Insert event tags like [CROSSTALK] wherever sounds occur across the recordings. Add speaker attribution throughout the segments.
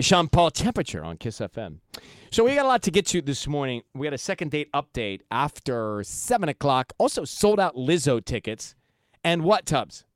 Speaker 1: Sean Paul temperature on Kiss FM. So we got a lot to get to this morning. We had a second date update after seven o'clock. Also sold out Lizzo tickets. And what tubs?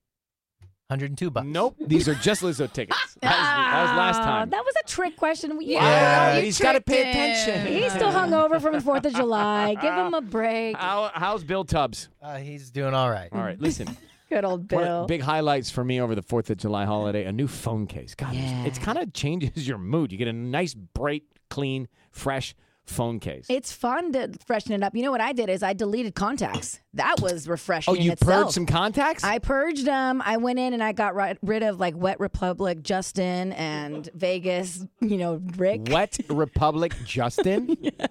Speaker 2: 102 bucks.
Speaker 1: Nope, these are just Lizzo
Speaker 3: [LAUGHS]
Speaker 1: tickets. That was, that was last time.
Speaker 3: Ah, That was a trick question. We-
Speaker 1: Yeah,
Speaker 3: you
Speaker 1: he's gotta
Speaker 3: tricked
Speaker 1: pay attention.
Speaker 3: He's still hungover from the Fourth of July. Give him a break.
Speaker 1: How, how's Bill Tubbs?
Speaker 2: Uh, he's doing all right.
Speaker 1: All right, listen.
Speaker 3: [LAUGHS] Good old
Speaker 1: One of the
Speaker 3: [LAUGHS] Bill.
Speaker 1: big highlights for me over the Fourth of July holiday: a new phone case. God, it's- it's kind of changes your mood. You get a nice, bright, clean, fresh phone case.
Speaker 3: It's fun to freshen it up. You know what I did is I deleted contacts. That was refreshing.
Speaker 1: oh,
Speaker 3: in
Speaker 1: you
Speaker 3: itself.
Speaker 1: purged some contacts.
Speaker 3: I purged them. I went in and I got ri- rid of like Wet Republic, Justin, and Vegas. You know, Rick.
Speaker 1: Wet
Speaker 3: [LAUGHS]
Speaker 1: Republic Justin. yes.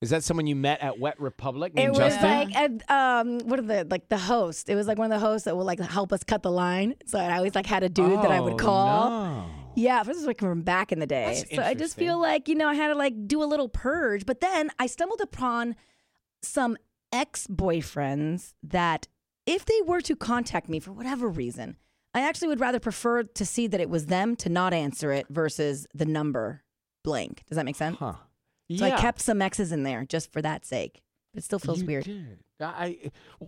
Speaker 1: Is that someone you met at Wet Republic
Speaker 3: It
Speaker 1: named
Speaker 3: was
Speaker 1: Justin?
Speaker 3: like a, um, what are the like the host? It was like one of the hosts that would like help us cut the line. So I always like had a dude that I
Speaker 1: Oh,
Speaker 3: would call.
Speaker 1: no.
Speaker 3: Yeah, this is like from back in the day.
Speaker 1: That's
Speaker 3: So I just feel
Speaker 1: interesting.
Speaker 3: like, you know, I had to like do a little purge. But then I stumbled upon some ex boyfriends that, if they were to contact me for whatever reason, I actually would rather prefer to see that it was them to not answer it versus the number blank. Does that make sense?
Speaker 1: Huh.
Speaker 3: So
Speaker 1: Yeah.
Speaker 3: I kept some exes in there just for that sake. It still feels
Speaker 1: You
Speaker 3: weird.
Speaker 1: did. I,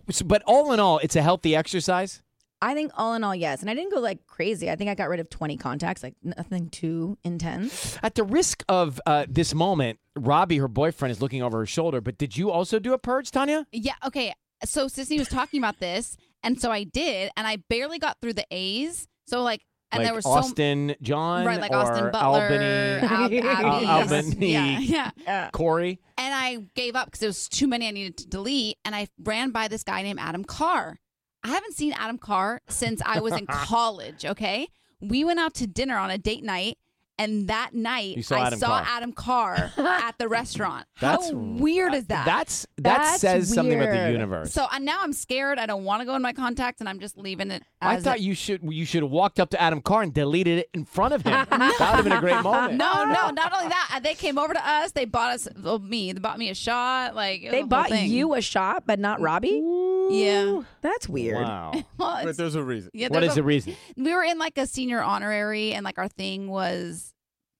Speaker 1: I- but all in all, it's a healthy exercise.
Speaker 3: I think all in all, yes. And I didn't go like crazy. I think I got rid of 20 contacts, like nothing too intense.
Speaker 1: At the risk of uh, this moment, Robbie, her boyfriend, is looking over her shoulder. But did you also do a purge, Tanya?
Speaker 4: Yeah. Okay. So Sissy was talking about this, and so I did, and I barely got through the A's. So like, and
Speaker 1: like
Speaker 4: there was
Speaker 1: Austin,
Speaker 4: so
Speaker 1: John,
Speaker 4: right, like
Speaker 1: or
Speaker 4: Austin Butler,
Speaker 5: [LAUGHS]
Speaker 1: Albany,
Speaker 4: Al- Abby.
Speaker 1: Al- [LAUGHS] Albany.
Speaker 4: Yeah, yeah.
Speaker 1: Corey.
Speaker 4: And I gave up because it was too many I needed to delete, and I ran by this guy named Adam Carr. I haven't seen Adam Carr since I
Speaker 1: [LAUGHS]
Speaker 4: was in college. Okay, we went out to dinner on a date night. And that night,
Speaker 1: You saw
Speaker 4: I
Speaker 1: Adam
Speaker 4: saw
Speaker 1: Carr.
Speaker 4: Adam Carr
Speaker 1: [LAUGHS]
Speaker 4: at the restaurant.
Speaker 1: That's
Speaker 4: How weird is that?
Speaker 1: That's that
Speaker 3: That's
Speaker 1: says something about the
Speaker 3: weird.
Speaker 1: universe.
Speaker 4: So and now I'm scared. I don't want to go in my contacts, and I'm just leaving it.
Speaker 1: I
Speaker 4: As
Speaker 1: thought you should you should have walked up to Adam Carr and deleted it in front of him. that
Speaker 4: [LAUGHS]
Speaker 1: would have been a great moment.
Speaker 4: No, no, not only that. uh, They came over to us. They bought us well, me. They bought me a shot. Like [LAUGHS] it was a
Speaker 3: They
Speaker 4: whole
Speaker 3: bought
Speaker 4: thing.
Speaker 3: you a shot, but not Robbie?
Speaker 4: Yeah.
Speaker 3: That's weird.
Speaker 1: Wow.
Speaker 4: Well, it's-
Speaker 6: there's a reason.
Speaker 4: yeah,
Speaker 1: what
Speaker 4: there's
Speaker 1: is
Speaker 4: a-
Speaker 1: the reason?
Speaker 4: We were in like a senior honorary, and like our thing was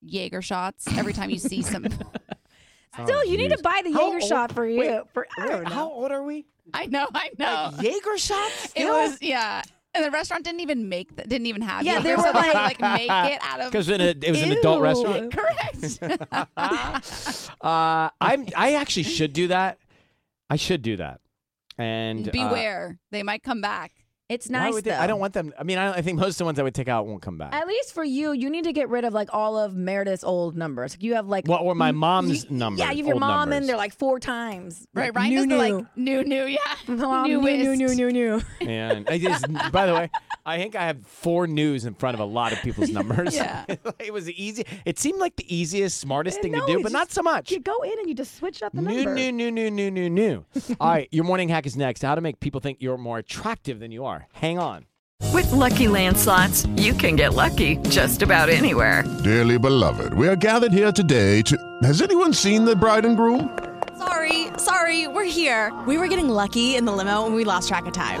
Speaker 4: Jaeger shots. Every time you see some,
Speaker 3: Still, you need to buy the
Speaker 1: How
Speaker 3: Jaeger
Speaker 1: old-
Speaker 3: shot for you.
Speaker 1: wait,
Speaker 3: for [LAUGHS] I don't know.
Speaker 1: How old are we?
Speaker 4: I know, I know.
Speaker 1: Jaeger shots?
Speaker 4: it was yeah. And the restaurant didn't even make that. Didn't even have.
Speaker 3: Yeah,
Speaker 4: Jaeger,
Speaker 3: they were
Speaker 4: so had to,
Speaker 3: like-
Speaker 4: like make it
Speaker 1: [LAUGHS]
Speaker 4: out of.
Speaker 1: Because it was an adult
Speaker 3: Ew.
Speaker 1: restaurant.
Speaker 4: [LAUGHS] Correct.
Speaker 1: Uh, I'm. I actually should do that. I should do that. And uh,
Speaker 4: Beware, they might come back.
Speaker 3: It's
Speaker 1: why
Speaker 3: nice
Speaker 1: would
Speaker 3: though.
Speaker 1: they- I don't want them. I mean, I, don't- I think most of the ones I would take out won't come back.
Speaker 3: At least for you, you need to get rid of like all of Meredith's old numbers. Like, You have like
Speaker 1: Well, or my mom's
Speaker 3: you-
Speaker 1: number.
Speaker 3: Yeah, you have your
Speaker 1: old
Speaker 3: mom
Speaker 1: numbers.
Speaker 3: in there like four times.
Speaker 4: Right, Ryan does
Speaker 3: new,
Speaker 4: the
Speaker 3: new.
Speaker 4: like new, new, yeah,
Speaker 3: Mom, new, new,
Speaker 4: newest.
Speaker 3: new, new, new.
Speaker 1: And I just, by the way, I think I have four news in front of a lot of
Speaker 3: [LAUGHS]
Speaker 1: people's numbers. [LAUGHS]
Speaker 4: Yeah.
Speaker 1: it was easy. It seemed like the easiest, smartest thing
Speaker 3: Uh, No,
Speaker 1: to do,
Speaker 3: you
Speaker 1: but not
Speaker 3: just-
Speaker 1: so much.
Speaker 3: You go in and you just switch up the
Speaker 1: New,
Speaker 3: number.
Speaker 1: new, new, new, new, new,
Speaker 3: [LAUGHS]
Speaker 1: new. All right, your morning hack is next. How to make people think you're more attractive than you are. Hang on.
Speaker 7: With Lucky Land slots, you can get lucky just about anywhere.
Speaker 8: Dearly beloved, we are gathered here today to. Has anyone seen the bride and groom?
Speaker 5: Sorry, sorry, we're here. We were getting lucky in the limo and we lost track of time.